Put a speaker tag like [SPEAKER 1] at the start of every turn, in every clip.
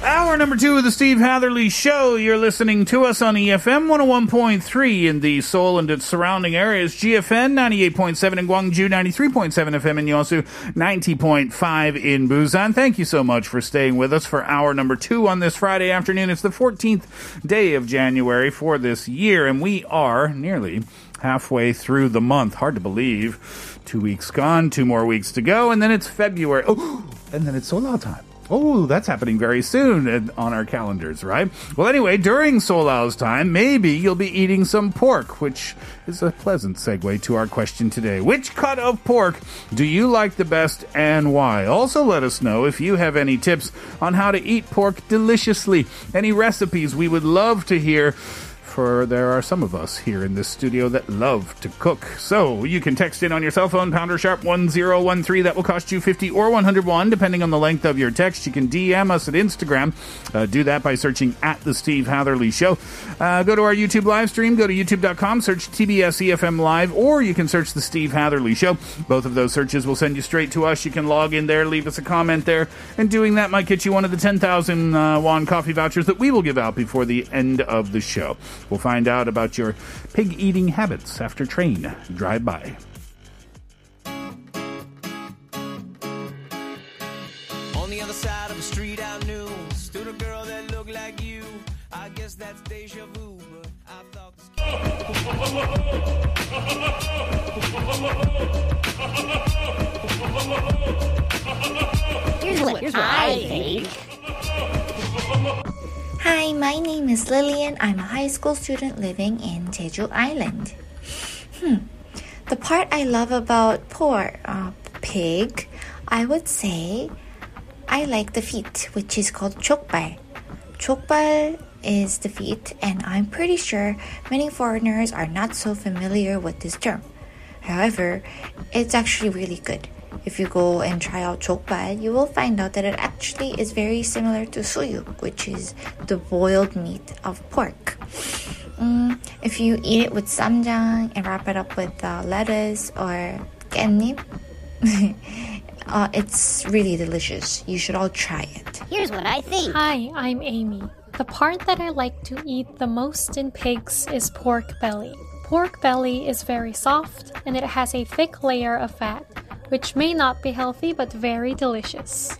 [SPEAKER 1] Hour number two of the Steve Hatherley Show. You're listening to us on E EFM 101.3 in the Seoul and its surrounding areas, GFN 98.7 in Gwangju, 93.7 FM in Yeosu, 90.5 in Busan. Thank you so much for staying with us for hour number two on this Friday afternoon. It's the 14th day of January for this year, and we are nearly halfway through the month. Hard to believe. Two weeks gone, two more weeks to go, and then it's February. Oh, and then it's Solal time. Oh, that's happening very soon in- on our calendars, right? Well, anyway, during Solau's time, maybe you'll be eating some pork, which is a pleasant segue to our question today. Which cut of pork do you like the best and why? Also, let us know if you have any tips on how to eat pork deliciously, any recipes we would love to hear for there are some of us here in this studio that love to cook. So you can text in on your cell phone, pounder sharp 1013. That will cost you 50 or 101, depending on the length of your text. You can DM us at Instagram. Uh, do that by searching at The Steve Hatherley Show. Uh, go to our YouTube live stream. Go to youtube.com, search TBS EFM E Live, or you can search The Steve Hatherley Show. Both of those searches will send you straight to us. You can log in there, leave us a comment there, and doing that might get you one of the 10,000 uh, won coffee vouchers that we will give out before the end of the show. We'll find out about your pig eating habits after train drive by.
[SPEAKER 2] On the other side of the street I knew stood a girl that looked like you. I guess that's deja vu, but I thought this
[SPEAKER 3] Hi, my name is Lillian. I'm a high school student living in Jeju Island. Hmm. The part I love about poor uh, pig, I would say I like the feet, which is called chokbal. Chokbal is the feet, and I'm pretty sure many foreigners are not so familiar with this term. However, it's actually really good. If you go and try out chokbal, you will find out that it actually is very similar to suyuk, which is the boiled meat of pork. Mm, if you eat it with samjang and wrap it up with uh, lettuce or catnip, uh, it's really delicious. You should all try it.
[SPEAKER 4] Here's what I think.
[SPEAKER 5] Hi, I'm Amy. The part that I like to eat the most in pigs is pork belly. Pork belly is very soft and it has a thick layer of fat, which may not be healthy but very delicious.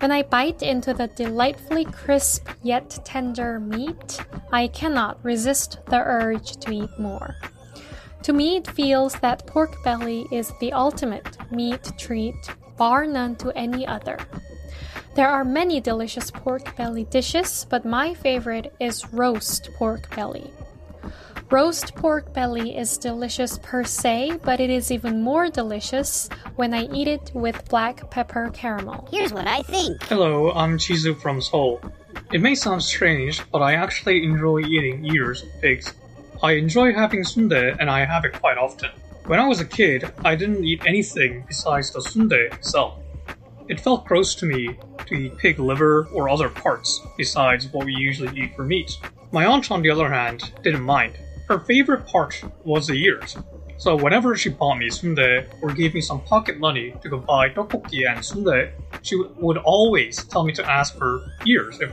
[SPEAKER 5] When I bite into the delightfully crisp yet tender meat, I cannot resist the urge to eat more. To me, it feels that pork belly is the ultimate meat treat, bar none to any other. There are many delicious pork belly dishes, but my favorite is roast pork belly. Roast pork belly is delicious per se, but it is even more delicious when I eat it with black pepper caramel.
[SPEAKER 4] Here's what I think.
[SPEAKER 2] Hello, I'm Jizu from Seoul. It may sound strange, but I actually enjoy eating ears of pigs. I enjoy having sundae and I have it quite often. When I was a kid, I didn't eat anything besides the sundae itself. It felt gross to me to eat pig liver or other parts besides what we usually eat for meat. My aunt, on the other hand, didn't mind. Her favorite part was the ears. So whenever she bought me sundae or gave me some pocket money to go buy tteokbokki and sundae, she would always tell me to ask for ears if,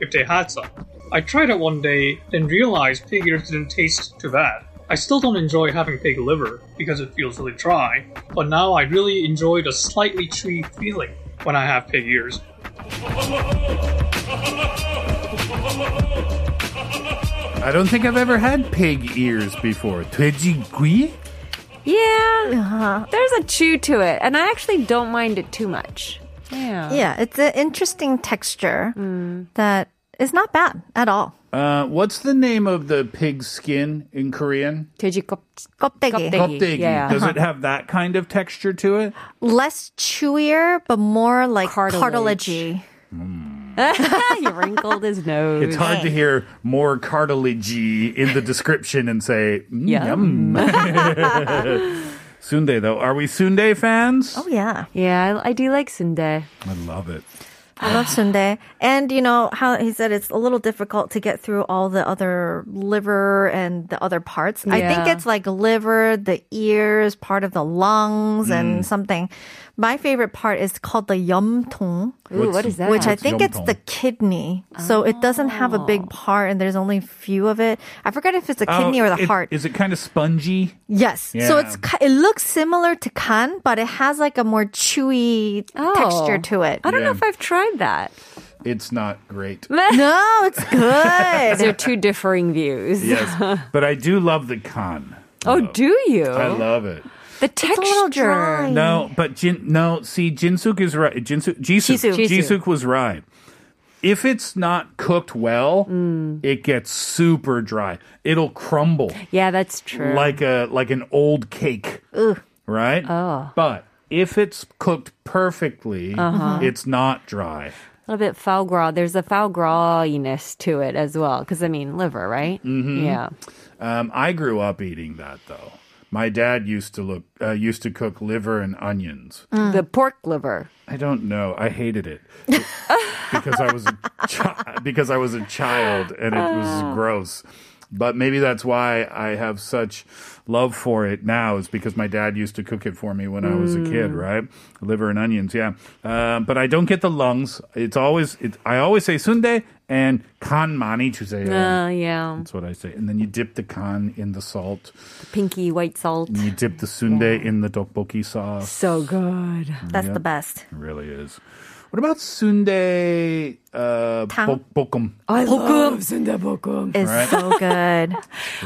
[SPEAKER 2] if they had some. I tried it one day, then realized pig ears didn't taste too bad. I still don't enjoy having pig liver because it feels really dry, but now I really enjoy the slightly chewy feeling when I have pig ears.
[SPEAKER 1] I don't think I've ever had pig ears before. 돼지귀?
[SPEAKER 6] Uh-huh.
[SPEAKER 7] Yeah, there's a chew to it, and I actually don't mind it too much. Yeah.
[SPEAKER 8] Yeah, it's an interesting texture that is not bad at all.
[SPEAKER 1] Uh, what's the name of the pig skin in Korean?
[SPEAKER 7] 돼지 껍,
[SPEAKER 8] 껍데기.
[SPEAKER 1] Kopdegi. Does it have that kind of texture to it?
[SPEAKER 8] Less chewier, but more like
[SPEAKER 1] Cartilage.
[SPEAKER 8] cartilagey.
[SPEAKER 7] he wrinkled his nose.
[SPEAKER 1] It's hard to hear more cartilagey in the description and say, mm,
[SPEAKER 7] Yum.
[SPEAKER 1] yum. Sundae, though. Are we Sundae fans?
[SPEAKER 8] Oh, yeah.
[SPEAKER 7] Yeah, I, I do like sundae.
[SPEAKER 1] I love it.
[SPEAKER 8] I love sundae. And you know how he said it's a little difficult to get through all the other liver and the other parts. I think
[SPEAKER 7] Yeah.
[SPEAKER 8] it's like liver, the ears, part of the lungs and something. My favorite part is called the yumtong.
[SPEAKER 7] Ooh, what is that?
[SPEAKER 8] Which I
[SPEAKER 7] What's
[SPEAKER 8] think it's the kidney. So it doesn't have a big
[SPEAKER 7] Oh.
[SPEAKER 8] part and there's only a few of it. I forget if it's the kidney or
[SPEAKER 1] Oh,
[SPEAKER 8] the
[SPEAKER 1] it-
[SPEAKER 8] heart.
[SPEAKER 1] Is it kind of spongy?
[SPEAKER 8] Yes. So
[SPEAKER 1] Yeah.
[SPEAKER 8] it's ki- it looks similar to kan, but it has like a more chewy texture to it.
[SPEAKER 7] Oh.
[SPEAKER 1] I don't know Yeah. if
[SPEAKER 7] I've tried that.
[SPEAKER 1] It's not great.
[SPEAKER 8] no, it's good.
[SPEAKER 7] These are two differing views.
[SPEAKER 1] Yes. but I do love the con.
[SPEAKER 7] oh, do you?
[SPEAKER 1] I love it.
[SPEAKER 7] the texture.
[SPEAKER 1] No, but Jin, no. See, Jinsuk is right. Jinsuk, Jisoo,
[SPEAKER 7] Jisoo.
[SPEAKER 1] Jisoo was right. If it's not cooked well,
[SPEAKER 7] Mm.
[SPEAKER 1] it gets super dry. It'll crumble
[SPEAKER 7] Yeah, that's true.
[SPEAKER 1] like a like an old cake,
[SPEAKER 7] Ugh.
[SPEAKER 1] right?
[SPEAKER 7] Oh.
[SPEAKER 1] But if it's cooked perfectly,
[SPEAKER 7] Uh-huh.
[SPEAKER 1] it's not dry.
[SPEAKER 7] A little bit foie gras. There's a foie grasiness to it as well, because I mean liver, right?
[SPEAKER 1] Mhm.
[SPEAKER 7] Yeah.
[SPEAKER 1] Um, I grew up eating that though. My dad used to look uh, used to cook liver and onions.
[SPEAKER 7] The pork liver.
[SPEAKER 1] I don't know. I hated it because I was a chi- because I was a child and it was gross. But maybe that's why I have such love for it now is because my dad used to cook it for me when I was a kid, right? Liver and onions, yeah. Um, but I don't get the lungs. It's always it, I always say sundae and kan mani 주세요.
[SPEAKER 7] Uh, yeah.
[SPEAKER 1] That's what I say. And then you dip the kan in the salt.
[SPEAKER 7] Pinky white salt.
[SPEAKER 1] And you dip the sundae in the tteokbokki sauce.
[SPEAKER 7] So good.
[SPEAKER 1] That's the
[SPEAKER 8] best.
[SPEAKER 1] It really is. What about sundae uh,
[SPEAKER 7] Tang? Oh.
[SPEAKER 1] bok- bokkeum?
[SPEAKER 7] I love sundae bokkeum.
[SPEAKER 1] It's Right. so
[SPEAKER 8] good.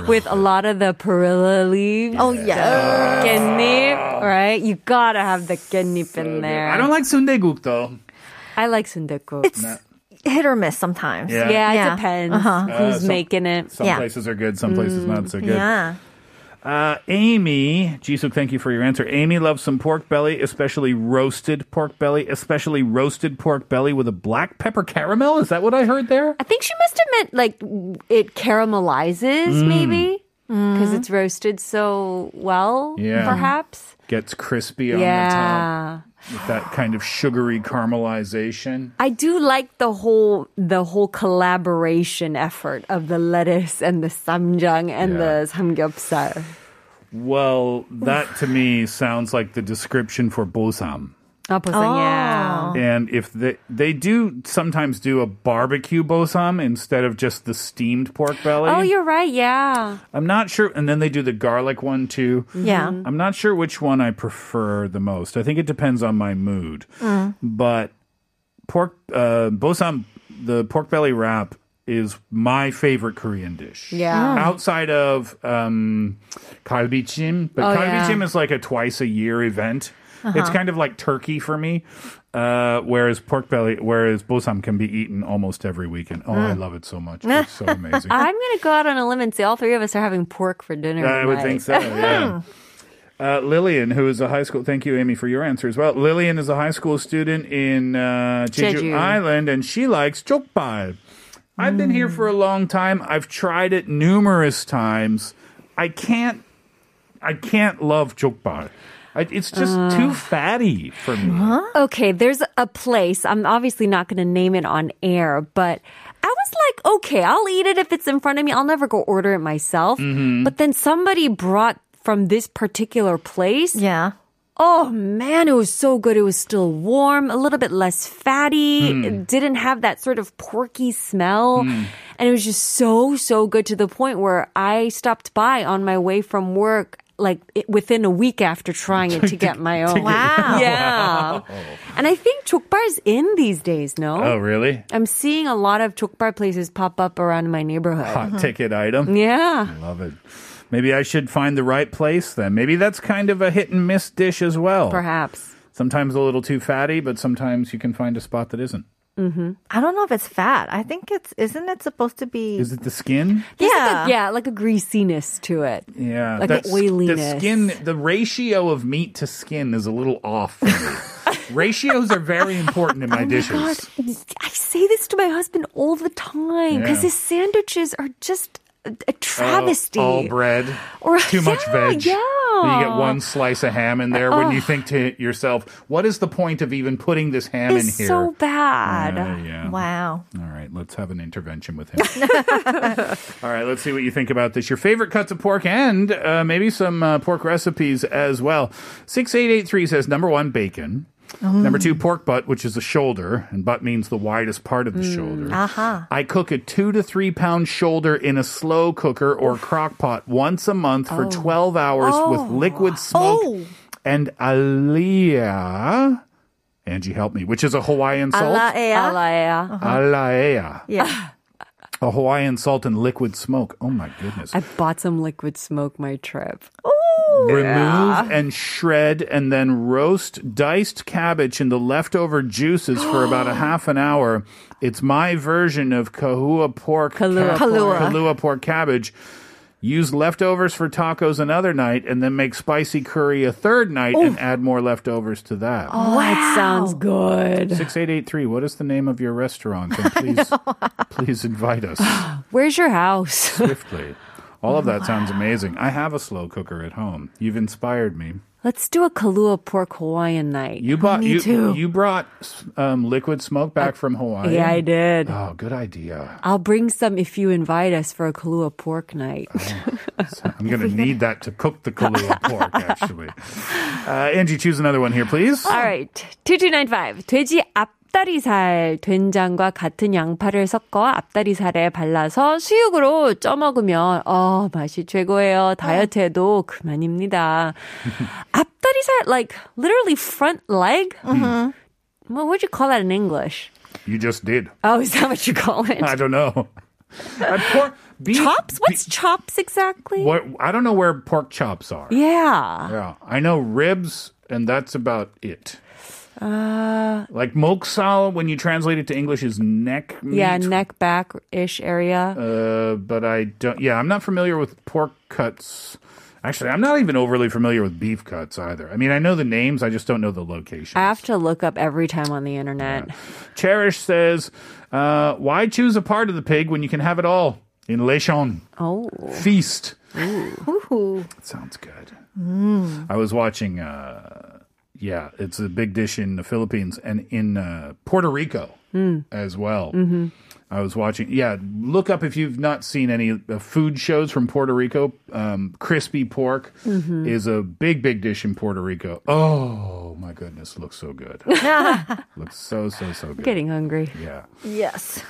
[SPEAKER 7] With a lot of the perilla leaves. Oh,
[SPEAKER 8] yeah. Uh,
[SPEAKER 7] Gennip, right? You gotta have the gennip in there.
[SPEAKER 1] I don't like sundaegook though.
[SPEAKER 7] I like sundaegook.
[SPEAKER 8] It's hit or miss sometimes.
[SPEAKER 1] Yeah.
[SPEAKER 7] Yeah, Uh-huh. it depends who's
[SPEAKER 1] Uh, some-
[SPEAKER 7] making it.
[SPEAKER 1] Some places are good, some places not so good.
[SPEAKER 7] Mm, Yeah.
[SPEAKER 1] Uh, Amy, Jisoo, thank you for your answer. Amy loves some pork belly, especially roasted pork belly, especially roasted pork belly with a black pepper caramel. Is that what I heard there?
[SPEAKER 7] I think she must have meant like it caramelizes,
[SPEAKER 1] Mm.
[SPEAKER 7] maybe, because it's roasted so well,
[SPEAKER 1] Yeah.
[SPEAKER 7] perhaps.
[SPEAKER 1] Gets crispy on
[SPEAKER 7] Yeah.
[SPEAKER 1] the top with that kind of sugary caramelization.
[SPEAKER 7] I do like the whole the whole collaboration effort of the lettuce and the samjang and
[SPEAKER 1] Yeah.
[SPEAKER 7] the samgyeopsal.
[SPEAKER 1] Well, that to me sounds like the description for bosam.
[SPEAKER 7] Oh, 보상, yeah.
[SPEAKER 1] And if they they do sometimes do a barbecue bosam instead of just the steamed pork belly.
[SPEAKER 7] Oh, you're right. Yeah. Mm-hmm.
[SPEAKER 1] I'm not sure. And then they do the garlic one too.
[SPEAKER 7] Yeah.
[SPEAKER 1] I'm not sure which one I prefer the most. I think it depends on my mood.
[SPEAKER 7] Mm.
[SPEAKER 1] But pork uh, bosam, the pork belly wrap is my favorite Korean dish.
[SPEAKER 7] Yeah. Mm.
[SPEAKER 1] Outside of um, galbichim, but
[SPEAKER 7] Oh, yeah.
[SPEAKER 1] galbichim is like a twice a year event.
[SPEAKER 7] Uh-huh.
[SPEAKER 1] It's kind of like turkey for me, uh, whereas pork belly, whereas bosam can be eaten almost every weekend. Oh,
[SPEAKER 7] Mm.
[SPEAKER 1] I love it so much. It's so amazing.
[SPEAKER 7] I'm gonna go out on a limb and say all three of us are having pork for dinner.
[SPEAKER 1] I would think so.
[SPEAKER 7] tonight.
[SPEAKER 1] Yeah. Uh, Lillian, who is a high school, thank you, Amy, for your answer as well. Lillian is a high school student in uh, Jeju,
[SPEAKER 7] Jeju.
[SPEAKER 1] Island, and she likes jokbal. I've been here for a long time. I've tried it numerous times. I can't, I can't love jokbal. I, it's just
[SPEAKER 7] Uh.
[SPEAKER 1] too fatty for me.
[SPEAKER 7] Okay, there's a place. I'm obviously not going to name it on air, but I was like, okay, I'll eat it if it's in front of me. I'll never go order it myself.
[SPEAKER 1] Mm-hmm.
[SPEAKER 7] But then somebody brought from this particular place.
[SPEAKER 8] Yeah.
[SPEAKER 7] Oh man, it was so good. It was still warm, a little bit less fatty.
[SPEAKER 8] Mm.
[SPEAKER 7] It didn't have that sort of porky smell. And it was just so, so good to the point where I stopped by on my way from work like it, within a week after trying it to get my own.
[SPEAKER 8] Wow.
[SPEAKER 7] Yeah. And I think chokbar's in these days, no?
[SPEAKER 1] Oh, really?
[SPEAKER 7] I'm seeing a lot of chokbar places pop up around my neighborhood.
[SPEAKER 1] Hot ticket item.
[SPEAKER 7] Yeah.
[SPEAKER 1] Love it. Maybe I should find the right place then. Maybe that's kind of a hit and miss dish as well.
[SPEAKER 7] Perhaps.
[SPEAKER 1] Sometimes a little too fatty, but sometimes you can find a spot that isn't.
[SPEAKER 8] Mm-hmm. I don't know if it's fat. I think it's isn't it supposed to be?
[SPEAKER 1] Is it the skin?
[SPEAKER 7] There's Like a, yeah, like a greasiness to it.
[SPEAKER 1] Yeah,
[SPEAKER 7] Like
[SPEAKER 1] that's-
[SPEAKER 7] an oiliness.
[SPEAKER 1] The skin, the ratio of meat to skin is a little off. for me. Ratios are very
[SPEAKER 8] Oh
[SPEAKER 1] important in my dishes.
[SPEAKER 7] God, I say this to my husband all the time because
[SPEAKER 1] Yeah.
[SPEAKER 7] his sandwiches are just a, a travesty.
[SPEAKER 1] Oh, all bread.
[SPEAKER 7] Or-
[SPEAKER 1] too much
[SPEAKER 7] yeah,
[SPEAKER 1] veg.
[SPEAKER 7] yeah.
[SPEAKER 1] You get one slice of ham in there when
[SPEAKER 7] Oh.
[SPEAKER 1] you think to yourself, what is the point of even putting this ham in
[SPEAKER 7] It's
[SPEAKER 1] here?
[SPEAKER 7] so bad.
[SPEAKER 1] Yeah, yeah.
[SPEAKER 8] Wow.
[SPEAKER 1] All right, let's have an intervention with him. All right, let's see what you think about this. Your favorite cuts of pork and uh, maybe some uh, pork recipes as well. 6883 says number one, bacon. Number two, pork butt, which is the shoulder, and butt means the widest part of the shoulder.
[SPEAKER 8] Aha.
[SPEAKER 1] I cook a two to three pound shoulder in a slow cooker or crock pot once a month for 12 hours with liquid smoke and alea. Angie, help me, which is a Hawaiian salt.
[SPEAKER 7] Alaya. Alaya.
[SPEAKER 1] Alaea.
[SPEAKER 7] Yeah.
[SPEAKER 1] A Hawaiian salt and liquid smoke. Oh my goodness.
[SPEAKER 7] I bought some liquid smoke my trip.
[SPEAKER 1] Remove and shred and then roast diced cabbage in the leftover juices for about a half an hour. It's my version of Kahua pork
[SPEAKER 7] Kalua
[SPEAKER 1] ca-
[SPEAKER 7] pork. Kalua.
[SPEAKER 1] Kalua pork cabbage. Use leftovers for tacos another night and then make spicy curry a third night and add more leftovers to that.
[SPEAKER 7] Oh, that sounds good.
[SPEAKER 1] 6883, what is the name of your restaurant? And please, please invite us
[SPEAKER 7] Where's your house?
[SPEAKER 1] swiftly. All of that sounds amazing. I have a slow cooker at home. You've inspired me.
[SPEAKER 7] Let's do a Kalua pork Hawaiian night.
[SPEAKER 1] You bought
[SPEAKER 7] Me
[SPEAKER 1] you
[SPEAKER 7] too. Uh,
[SPEAKER 1] you brought um, liquid smoke back from Hawaii.
[SPEAKER 7] yeah, I did.
[SPEAKER 1] Oh, good idea.
[SPEAKER 7] I'll bring some if you invite us for a Kalua pork night.
[SPEAKER 1] uh, I'm going to need that to cook the Kahlua pork. Actually, uh, Angie, choose another one here, please.
[SPEAKER 7] All right. 2295. 돼지 앞다리살 된장과 같은 양파를 섞어 앞다리살에 발라서 수육으로 쪄 먹으면 어, 맛이 최고예요. 다이어트에도 그만입니다. 앞다리살 like literally front leg? Mm-hmm. Well, what would you call that in English?
[SPEAKER 1] You just did.
[SPEAKER 7] Oh, is that what you call it?
[SPEAKER 1] I don't know. Uh, pork, beef,
[SPEAKER 7] chops? What's chops exactly?
[SPEAKER 1] What, I don't know where pork chops are.
[SPEAKER 7] Yeah.
[SPEAKER 1] Yeah, I know ribs, and that's about it.
[SPEAKER 7] Uh,
[SPEAKER 1] Like moksal, when you translate it to English, is neck meat.
[SPEAKER 7] yeah, neck back ish area.
[SPEAKER 1] Uh, but I don't. Yeah, I'm not familiar with pork cuts. Actually, I'm not even overly familiar with beef cuts either. I mean, I know the names, I just don't know the location.
[SPEAKER 7] I have to look up every time on the internet.
[SPEAKER 1] Cherish says, uh, "Why choose a part of the pig when you can have it all?" In lechon,
[SPEAKER 7] Oh.
[SPEAKER 1] feast.
[SPEAKER 8] Ooh.
[SPEAKER 1] That sounds good.
[SPEAKER 8] Mm.
[SPEAKER 1] I was watching. Uh, yeah, it's a big dish in the Philippines and in uh, Puerto Rico
[SPEAKER 7] Mm.
[SPEAKER 1] as well.
[SPEAKER 7] Mm-hmm.
[SPEAKER 1] I was watching. Yeah, look up if you've not seen any uh, food shows from Puerto Rico. Um, crispy pork
[SPEAKER 7] Mhm.
[SPEAKER 1] is a big, big dish in Puerto Rico. Oh my goodness, looks so good. looks so so so good.
[SPEAKER 7] Getting hungry.
[SPEAKER 1] Yeah.
[SPEAKER 8] Yes.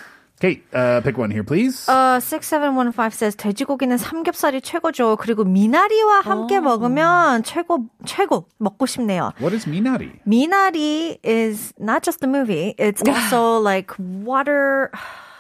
[SPEAKER 1] Kate, uh, pick one here, please.
[SPEAKER 8] 어, 6715 says 돼지고기는 삼겹살이 최고죠. 그리고 미나리와 함께 먹으면 최고 최고 먹고 싶네요.
[SPEAKER 1] What is minari?
[SPEAKER 8] 미나리 is not just a movie. It's also like water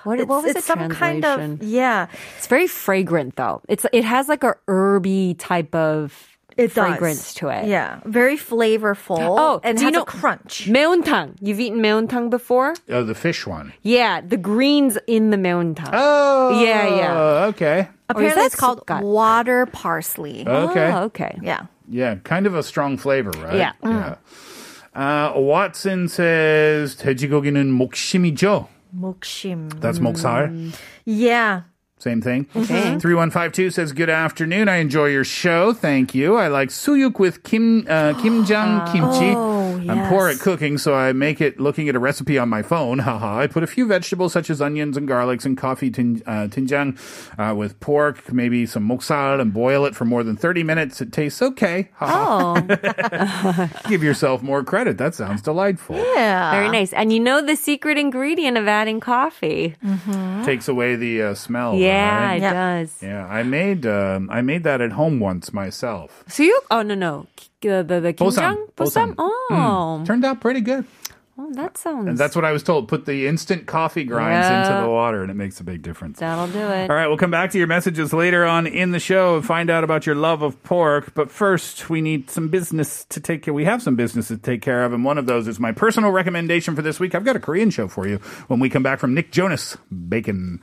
[SPEAKER 7] What,
[SPEAKER 8] it's,
[SPEAKER 7] what was
[SPEAKER 8] it's
[SPEAKER 7] the
[SPEAKER 8] some kind of
[SPEAKER 7] translation?
[SPEAKER 8] yeah.
[SPEAKER 7] It's very fragrant though. It's it has like a herby type of
[SPEAKER 8] It does.
[SPEAKER 7] fragrance to it.
[SPEAKER 8] Yeah, very flavorful.
[SPEAKER 7] Oh,
[SPEAKER 8] and
[SPEAKER 7] do
[SPEAKER 8] has
[SPEAKER 7] you know
[SPEAKER 8] a crunch.
[SPEAKER 7] Meuntang. You've eaten meuntang before?
[SPEAKER 1] Oh, the fish one.
[SPEAKER 7] Yeah, the greens in the meuntang.
[SPEAKER 1] Oh,
[SPEAKER 7] yeah, yeah. Or
[SPEAKER 1] Okay.
[SPEAKER 7] is
[SPEAKER 8] Apparently,
[SPEAKER 7] that
[SPEAKER 8] it's called
[SPEAKER 7] sukkat?
[SPEAKER 8] water parsley.
[SPEAKER 1] Okay.
[SPEAKER 7] Oh, okay.
[SPEAKER 8] Yeah.
[SPEAKER 1] Yeah, kind of a strong flavor, right?
[SPEAKER 8] Yeah.
[SPEAKER 1] Yeah. Uh, Watson says 돼지고기는 목심이죠.
[SPEAKER 8] Mokshim.
[SPEAKER 1] That's moksar.
[SPEAKER 8] Yeah.
[SPEAKER 1] Same thing. 3152 says, Good afternoon. I enjoy your show. Thank you. I like suyuk with kim, uh, kimjang kimchi.
[SPEAKER 8] Oh,
[SPEAKER 1] I'm poor at cooking, so I make it looking at a recipe on my phone. Haha. I put a few vegetables such as onions and garlics and coffee tin, uh, tinjang uh, with pork, maybe some moksal, and boil it for more than 30 minutes. It tastes okay. Haha. Oh. Give yourself more credit. That sounds delightful.
[SPEAKER 8] Uh.
[SPEAKER 7] Yeah. Very nice. And you know the secret ingredient of adding coffee.
[SPEAKER 1] Mm-hmm. Takes away the uh, smell.
[SPEAKER 7] Yeah,
[SPEAKER 1] right?
[SPEAKER 7] it does.
[SPEAKER 1] Yeah, I made um, I made that at home once myself.
[SPEAKER 7] So you? Oh no no. K- uh, the the
[SPEAKER 1] Bosam.
[SPEAKER 7] kimjang bosam.
[SPEAKER 1] Bosam.
[SPEAKER 7] Oh,
[SPEAKER 1] Hmm. turned out pretty good.
[SPEAKER 7] Oh, that sounds.
[SPEAKER 1] And that's what I was told. Put the instant coffee grinds into
[SPEAKER 7] Yeah.
[SPEAKER 1] the water, and it makes a big difference.
[SPEAKER 7] That'll do it.
[SPEAKER 1] All right, we'll come back to your messages later on in the show and find out about your love of pork. But first, we need some business to take care. We have some business to take care of, and one of those is my personal recommendation for this week. I've got a Korean show for you when we come back from Nick Jonas Bacon.